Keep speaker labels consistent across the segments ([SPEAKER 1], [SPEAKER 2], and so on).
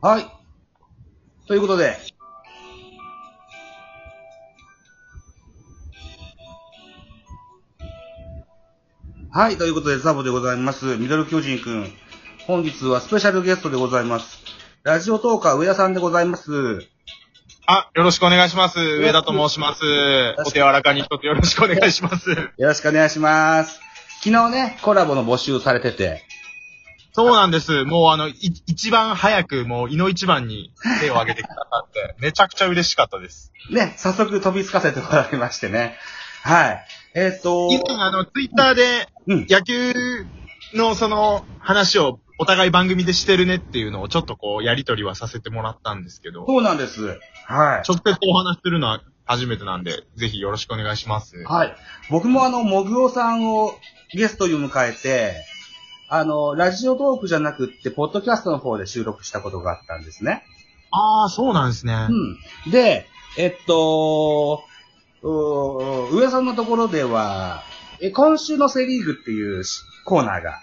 [SPEAKER 1] はい。ということで。はい。ということで、ザボでございます。ミドル巨人くん。本日はスペシャルゲストでございます。ラジオトーカー上田さんでございます。
[SPEAKER 2] あ、よろしくお願いします。上田と申します。お手柔らかに一つよろしくお願いします。
[SPEAKER 1] よろしくお願いします。昨日ね、コラボの募集されてて。
[SPEAKER 2] そうなんです。もうあの、い一番早く、もう、いの一番に手を挙げてくださって、めちゃくちゃ嬉しかったです。
[SPEAKER 1] ね、早速飛びつかせてもらいましてね。はい。えっ、と、
[SPEAKER 2] 以前あの、ツイッターで
[SPEAKER 1] うん。
[SPEAKER 2] 野球のその話をお互い番組でしてるねっていうのをちょっとこう、やりとりはさせてもらったんですけど、
[SPEAKER 1] そうなんです。はい。
[SPEAKER 2] 直接お話しするのは初めてなんで、ぜひよろしくお願いします。
[SPEAKER 1] はい。僕もあの、もぐおさんをゲストに迎えて、あの、ラジオトークじゃなくって、ポッドキャストの方で収録したことがあったんですね。
[SPEAKER 2] ああ、そうなんですね。
[SPEAKER 1] うん。で、えっと、うー上田さんのところでは、え今週のセリーグっていうしコーナーが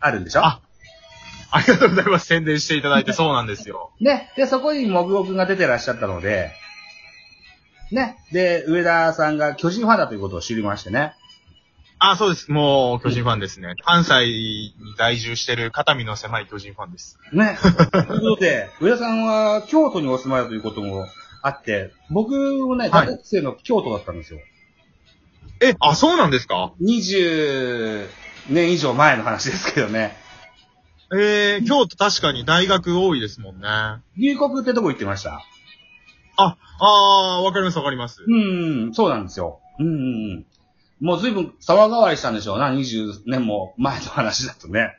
[SPEAKER 1] あるんでしょ
[SPEAKER 2] あありがとうございます。宣伝していただいてそうなんですよ。
[SPEAKER 1] ね。で、そこにもぐおくんが出てらっしゃったので、ね。で、上田さんが巨人ファンだということを知りましてね。
[SPEAKER 2] あ、そうです。もう、巨人ファンですね。関西に在住してる肩身の狭い巨人ファンです。
[SPEAKER 1] ね。ということで、 上田さんは京都にお住まいだということもあって、僕もね、
[SPEAKER 2] は
[SPEAKER 1] 大
[SPEAKER 2] い
[SPEAKER 1] 学生の京都だったんですよ。
[SPEAKER 2] え、あ、そうなんですか
[SPEAKER 1] 20年以上前の話ですけどね。
[SPEAKER 2] えー、京都確かに大学多いですもんね。あ、
[SPEAKER 1] 入国ってとこ行ってました
[SPEAKER 2] あー、わかりますわかります。
[SPEAKER 1] うん、そうなんですよ。うんうんうん。もう随分騒がわりしたんでしょうな、20年も前の話だとね。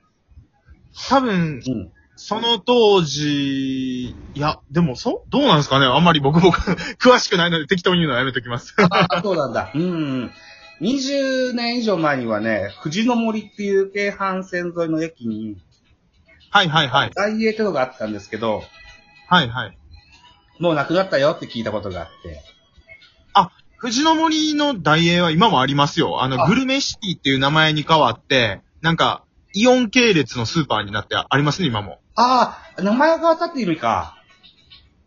[SPEAKER 2] 多分、
[SPEAKER 1] うん。
[SPEAKER 2] その当時、いや、でも、そうどうなんですかねあんまり僕も 詳しくないので適当に 言うのはやめときます。
[SPEAKER 1] あ、そうなんだ。うんうん。20年以上前にはね、藤の森っていう京阪線沿いの駅に、
[SPEAKER 2] はいはいはい。
[SPEAKER 1] 大英ってのがあったんですけど、
[SPEAKER 2] はいはい。
[SPEAKER 1] もうなくなったよって聞いたことがあって。
[SPEAKER 2] 藤の森の大英は今もありますよ。あの、
[SPEAKER 1] あ
[SPEAKER 2] グルメシティっていう名前に変わって、なんか、イオン系列のスーパーになってありますね、今も。
[SPEAKER 1] ああ、名前が変わったって意味か。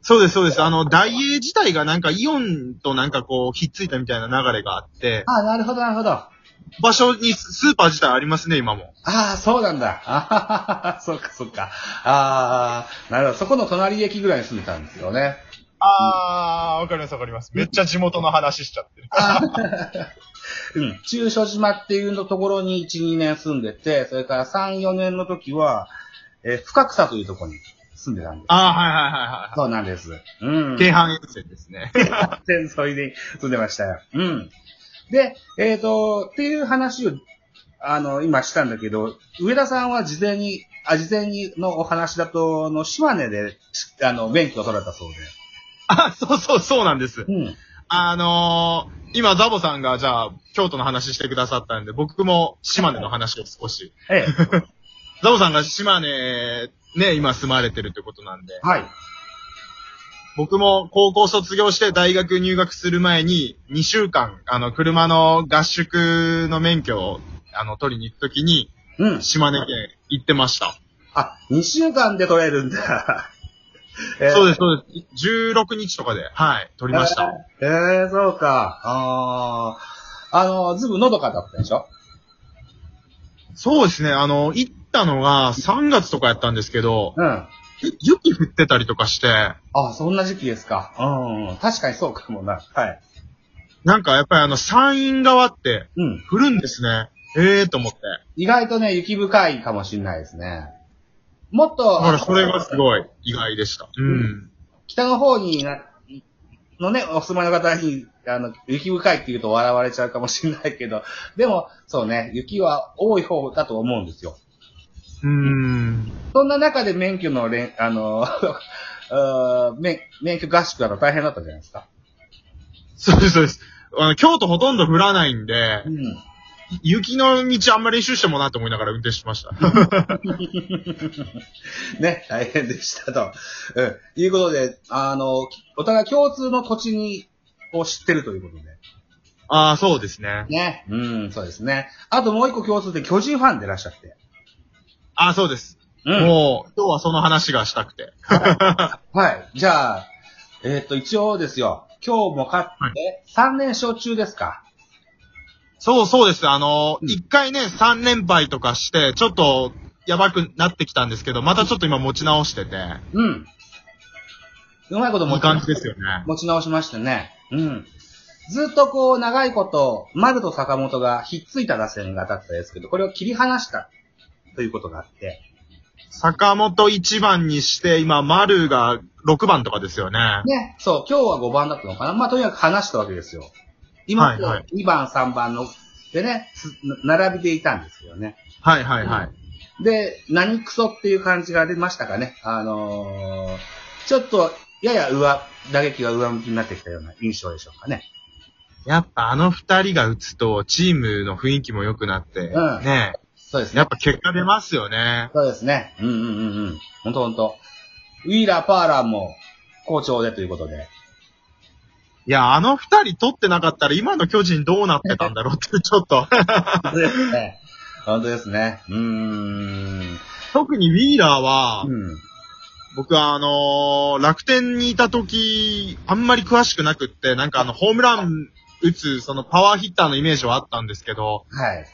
[SPEAKER 2] そうです、そうです。あの、大英自体がなんかイオンとなんかこう、ひっついたみたいな流れがあって、
[SPEAKER 1] ああ、なるほど、なるほど。あ
[SPEAKER 2] 場所にススーパー自体ありますね、今も。
[SPEAKER 1] あ、そうなんだ。あはははそうか、そうか。ああ、なるほど。そこの隣駅ぐらいに住んでたんですよね。
[SPEAKER 2] あー、わかります、わかります。めっちゃ地元の話しちゃってる。
[SPEAKER 1] うん。中所島っていうのところに1、2年住んでて、それから3、4年の時は、えー深草というところに住んでたんです。
[SPEAKER 2] あー、はいはいはいは
[SPEAKER 1] そうなんです。うん。
[SPEAKER 2] い。京阪沿線ですね。
[SPEAKER 1] 全然沿いで住んでましたよ。うん。で、えっ、と、っていう話を、あの、今したんだけど、上田さんは事前に、あ、事前にのお話だと、あの島根で、しあの、免許を取られたそう
[SPEAKER 2] あ、そうそう、そうなんです。
[SPEAKER 1] で。うん。
[SPEAKER 2] あのー、今、ザボさんが、じゃあ、京都の話してくださったんで、僕も島根の話を少し。
[SPEAKER 1] ええ。
[SPEAKER 2] ザボさんが島根、ね、今住まれてるってことなんで、
[SPEAKER 1] はい。
[SPEAKER 2] 僕も高校卒業して大学入学する前に2週間、あの、車の合宿の免許を、あの、取りに行くときに、
[SPEAKER 1] うん。
[SPEAKER 2] 島根県行ってました。
[SPEAKER 1] あ、2週間で取れるんだ。
[SPEAKER 2] そう
[SPEAKER 1] で
[SPEAKER 2] です、そうです。16日とかで、はい、取りました。。
[SPEAKER 1] ええそうか。ああ。あの、ずいぶんのどかだったでしょ
[SPEAKER 2] そうですね、あの、行ったのが3月とかやったんですけど、
[SPEAKER 1] うん。あ
[SPEAKER 2] 雪降ってたりとかして、
[SPEAKER 1] そんな時期ですか。うん。確かにそうかもな。はい。
[SPEAKER 2] なんかやっぱりあの、山陰側って
[SPEAKER 1] うん。
[SPEAKER 2] 降るんですね。ええー、と思って。
[SPEAKER 1] 意外とね、雪深いかもしれないですね。もっと、
[SPEAKER 2] だからそれがすごい意外でした。うん
[SPEAKER 1] 北の方にな、のね、お住まいの方に、あの、雪深いって言うと笑われちゃうかもしれないけど、 でも、そうね、雪は多い方だと思うんですよ。
[SPEAKER 2] うーん。
[SPEAKER 1] そんな中で免許のれん、あの、 うー免免許合宿だと大変だったじゃないですか。
[SPEAKER 2] そうです、そうです。あの、京都ほとんど降らないんで
[SPEAKER 1] う、ん。
[SPEAKER 2] 雪の道あんまり練習してもなと思いながら運転し ました。
[SPEAKER 1] ね、大変でしたと。うん。いうことで、あの、お互い共通の土地に、を知ってるということで。
[SPEAKER 2] ああ、そうですね。
[SPEAKER 1] ね。うん、そうですね。あともう一個共通で巨人ファンでいらっしゃって。
[SPEAKER 2] ああ、そうです。
[SPEAKER 1] うん。
[SPEAKER 2] もう、今日はその話がしたくて。
[SPEAKER 1] はい。じゃあ、えっ、と、一応ですよ。今日も勝って、3連勝中ですか。
[SPEAKER 2] そうそうです。あの、
[SPEAKER 1] うん
[SPEAKER 2] 一、回ね、3連敗とかして、ちょっと、やばくなってきたんですけど、またちょっと今持ち直してて、
[SPEAKER 1] うん。うまいこと
[SPEAKER 2] い
[SPEAKER 1] 持
[SPEAKER 2] い
[SPEAKER 1] ち直
[SPEAKER 2] 感
[SPEAKER 1] し
[SPEAKER 2] じですよね。
[SPEAKER 1] 持ち直しましてね。うん。ずっとこう、長いこと、丸と坂本がひっついた打線が当たったですけど、これを切り離したということがあって。
[SPEAKER 2] 坂本1番にして、今、丸が6番とかですよね。
[SPEAKER 1] ね。そう、今日は5番だったのかな。まあ、とにかく離したわけですよ。今、
[SPEAKER 2] はいはい
[SPEAKER 1] 2番、3番の、でね、つ並びていたんですよね。
[SPEAKER 2] はいはいはい。
[SPEAKER 1] で、何クソっていう感じが出ましたかね。あのー、ちょっと、やや上、打撃が上向きになってきたような印象でしょうかね。
[SPEAKER 2] やっぱあの二人が打つと、チームの雰囲気も良くなって、
[SPEAKER 1] うん
[SPEAKER 2] ね、
[SPEAKER 1] そうですね
[SPEAKER 2] やっぱ結果出ますよね。
[SPEAKER 1] そうですね。うんうんうんうん。ほんとほんと。ウィーラー、パーラーも好調でということで。
[SPEAKER 2] いや、あの二人取ってなかったら、今の巨人どうなってたんだろうって、ちょ っ
[SPEAKER 1] 本
[SPEAKER 2] と。
[SPEAKER 1] 当ですね。本当ですね。うーん。
[SPEAKER 2] 特にウィーラーは、
[SPEAKER 1] うん。
[SPEAKER 2] 僕はあのー楽天にいた時、あんまり詳しくなくって、なんかあの、ホームラン打つ、そのパワーヒッターのイメージはあったんですけど、
[SPEAKER 1] はい。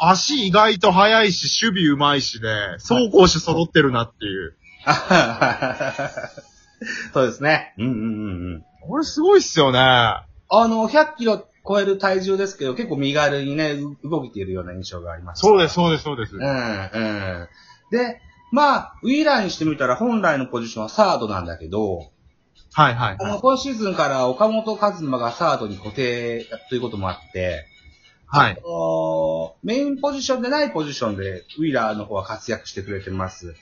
[SPEAKER 2] 足意外と速いし、守備上手いしで、走攻手揃ってるなっていう。
[SPEAKER 1] あははは そうですね。うんうんうんうん。
[SPEAKER 2] これすごいっすよね。
[SPEAKER 1] あの、100キロ超える体重ですけど、結構身軽にね、う動いているような印象があります。
[SPEAKER 2] そうです、。そうです、そうです
[SPEAKER 1] うん、。うん。で、まあ、ウィーラーにしてみたら本来のポジションはサードなんだけど、
[SPEAKER 2] はいはい
[SPEAKER 1] あ
[SPEAKER 2] はい。
[SPEAKER 1] の、今シーズンから岡本和馬がサードに固定ということもあって、
[SPEAKER 2] はい。
[SPEAKER 1] あのメインポジションでないポジションで、ウィーラーの方は活躍してくれてます。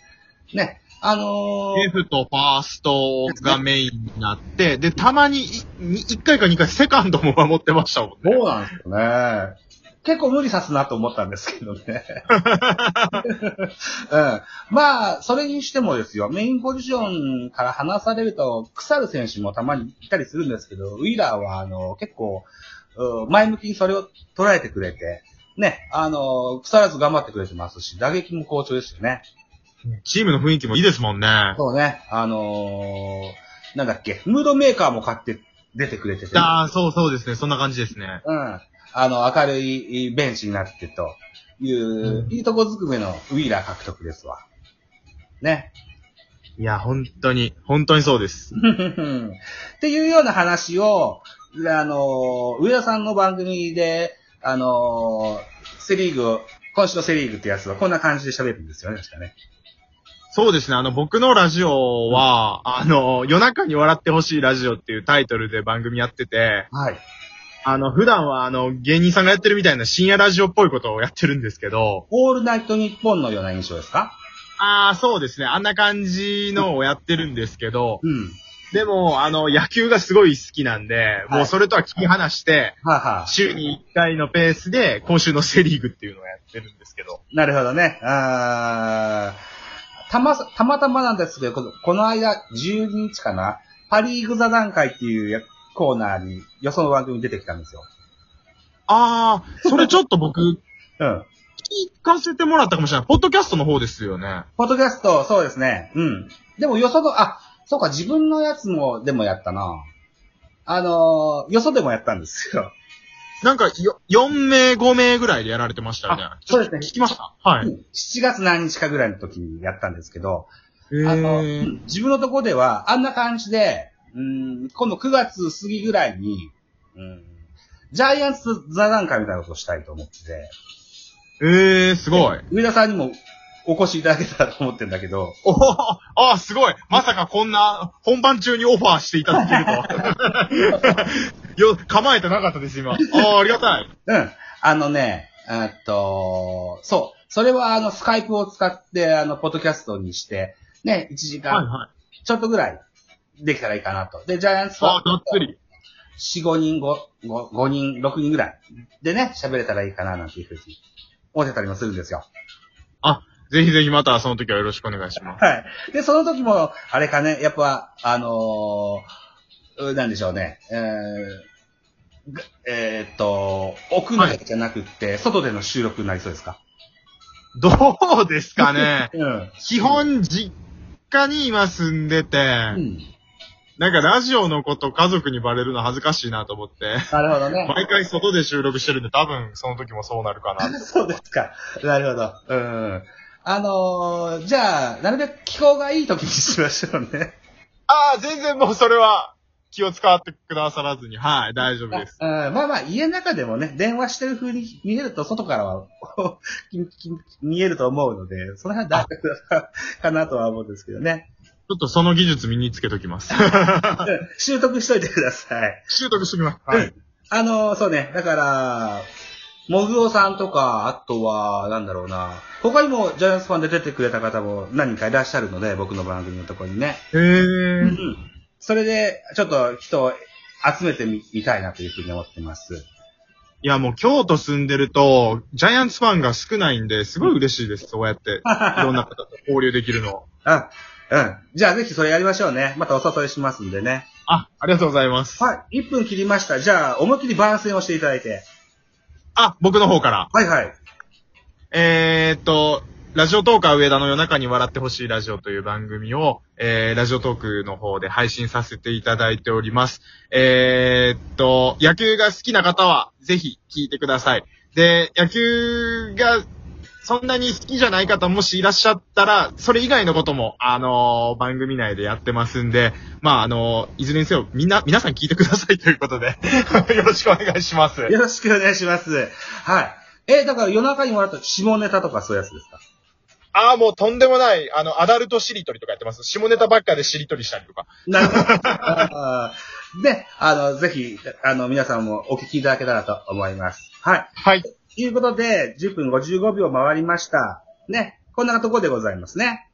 [SPEAKER 1] ね、あの
[SPEAKER 2] レフト、ファーストがメインになって、で、たまにいに1回か2回セカンドも守ってましたもんね。
[SPEAKER 1] どうなんですかね。結構無理さすなと思ったんですけどね。うん、まあ、それにしてもですよ、メインポジションから離されると、腐る選手もたまにいたりするんですけど、ウィーラーは、あの、結構、うん前向きにそれを捉えてくれて、ね、あの、腐らず頑張ってくれてますし、打撃も好調ですよね。
[SPEAKER 2] チームの雰囲気もいいですもんね。
[SPEAKER 1] そうね、あのーなんだっけ、ムードメーカーも買って出てくれてて、
[SPEAKER 2] ああ、そうそうですね。そんな感じですね。
[SPEAKER 1] うん。あの、明るいベンチになってという、
[SPEAKER 2] うん
[SPEAKER 1] いいとこづくめのウィーラー獲得ですわ。ね。
[SPEAKER 2] いや、本当に、本当にそうです。
[SPEAKER 1] っていうような話を、あの、上田さんの番組で、あの、セリーグを、今週のセリーグってやつはこんな感じで喋るんですよね、確かね。
[SPEAKER 2] そうですね。あの、僕のラジオは、あの、夜中に笑ってほしいラジオっていうタイトルで番組やってて、
[SPEAKER 1] はい。
[SPEAKER 2] あの、普段はあの、芸人さんがやってるみたいな深夜ラジオっぽいことをやってるんですけど、
[SPEAKER 1] オールナイトニッポンのような印象ですか
[SPEAKER 2] ああ、そうですね。あんな感じのをやってるんですけど、
[SPEAKER 1] うん。
[SPEAKER 2] でも、あの、野球がすごい好きなんで、
[SPEAKER 1] はい
[SPEAKER 2] もうそれとは切り離して、
[SPEAKER 1] はあ、はあ、
[SPEAKER 2] 週に1回のペースで、今週のセリーグっていうのをやってるんですけど。
[SPEAKER 1] なるほどね。あーたま、たまたまなんですけど、このこの間、12日かなパリーグ座談会っていうやコーナーに、よその番組に出てきたんですよ。
[SPEAKER 2] ああ、それちょっと僕、
[SPEAKER 1] うん。
[SPEAKER 2] 聞かせてもらったかもしれない。ポッドキャストの方ですよね。
[SPEAKER 1] ポッドキャスト、そうですね。うん。でも、よその、あ、そうか、自分のやつも、でもやったな。あのーよそでもやったんですよ。
[SPEAKER 2] なんかよ、4名、5名ぐらいでやられてましたよね。
[SPEAKER 1] そうですね
[SPEAKER 2] 聞きましたは
[SPEAKER 1] う
[SPEAKER 2] い。
[SPEAKER 1] ん7月何日かぐらいの時にやったんですけど、あの、う
[SPEAKER 2] え
[SPEAKER 1] ん自分のとこでは、あんな感じで、うん、今度9月過ぎぐらいに、うん、ジャイアンツ座談会みたいなことをしたいと思ってて、
[SPEAKER 2] ー、えー、すごい。
[SPEAKER 1] 上田さんにもお越しいただけたらと思ってんだけど、
[SPEAKER 2] おおああ、すごい。まさかこんな、本番中にオファーしていただける とは。よ、構えてなかったです、今。ああ、ありがたい。
[SPEAKER 1] うん、あのね、えっと、そう、それはあの、スカイプを使って、あの、ポッドキャストにして、ね、1時
[SPEAKER 2] はい
[SPEAKER 1] 間
[SPEAKER 2] はい。
[SPEAKER 1] ちょっとぐらいできたらいいかなと。で、ジャイアンツファン
[SPEAKER 2] ああ、がっつり。
[SPEAKER 1] 4、5人、5、5 5人、6人ぐらいでね、喋れたらいいかななんていうふうに思ってたりもするんですよ。
[SPEAKER 2] ぜひぜひまたその時はよろしくお願いします。
[SPEAKER 1] はい。で、その時も、あれかね、やっぱ、あのーうなんでしょうね、えーがえーっと、屋内じゃなくって、外での収録になりそうですか。。
[SPEAKER 2] どうですかね
[SPEAKER 1] うん。
[SPEAKER 2] 基本、実家に今住んでて、
[SPEAKER 1] うん。
[SPEAKER 2] なんかラジオのこと家族にバレるの恥ずかしいなと思って、
[SPEAKER 1] なるほどね。
[SPEAKER 2] 毎回外で収録してるんで多分その時もそうなるかな。
[SPEAKER 1] そうですか。なるほど。うん。あのー、じゃあ、なるべく気候がいい時にしましょうね。
[SPEAKER 2] ああ、全然もうそれは気を使ってくださらずに、はい、大丈夫です。
[SPEAKER 1] うん、まあまあ、家の中でもね、電話してる風に見えると、外からは きき見えると思うので、その辺は大丈夫だかなとは思うんですけどね。
[SPEAKER 2] ちょっとその技術身につけときます。
[SPEAKER 1] うん習得しといてください。
[SPEAKER 2] 習得しときます。はい。
[SPEAKER 1] あのー、そうね、だから、モグオさんとか、あとは、なんだろうな、他にもジャイアンツファンで出てくれた方も何人かいらっしゃるので、僕の番組のところにね。
[SPEAKER 2] へ
[SPEAKER 1] う
[SPEAKER 2] ー。
[SPEAKER 1] んそれで、ちょっと人を集めてみみたいなというふうに思ってます。
[SPEAKER 2] いや、もう京都住んでると、ジャイアンツファンが少ないんで、すごい嬉しいです。そうやって、いろんな方と交流できるの。
[SPEAKER 1] あ、うん。じゃあぜひそれやりましょうね。またお誘いしますんでね。
[SPEAKER 2] あ、ありがとうございます。
[SPEAKER 1] はい。1分切りました。じゃあ、思いっきり番宣をしていただいて。
[SPEAKER 2] あ、僕の方から。
[SPEAKER 1] はいはい。
[SPEAKER 2] えー、っと、ラジオトーカー上田の夜中に笑ってほしいラジオという番組を、えー、ラジオトークの方で配信させていただいております。えー、っと、野球が好きな方は、ぜひ聞いてください。で、野球が、そんなに好きじゃない方もしいらっしゃったら、それ以外のことも、あのー番組内でやってますんで、まあ、あのーいずれにせよ、みんな、皆さん聞いてくださいということで、 よろしくお願いします。
[SPEAKER 1] よろしくお願いします。はい。えだから夜中にもらった下ネタとかそういうやつですか
[SPEAKER 2] ああ、もうとんでもない、あの、アダルトしりとりとかやってます。下ネタばっかでしりとりしたりとか。
[SPEAKER 1] なるほどあー。で、あの、ぜひ、あの、皆さんもお聞きいただけたらと思います。はい。
[SPEAKER 2] はい。
[SPEAKER 1] ということで、10分55秒回りました。ね。こんなところでございますね。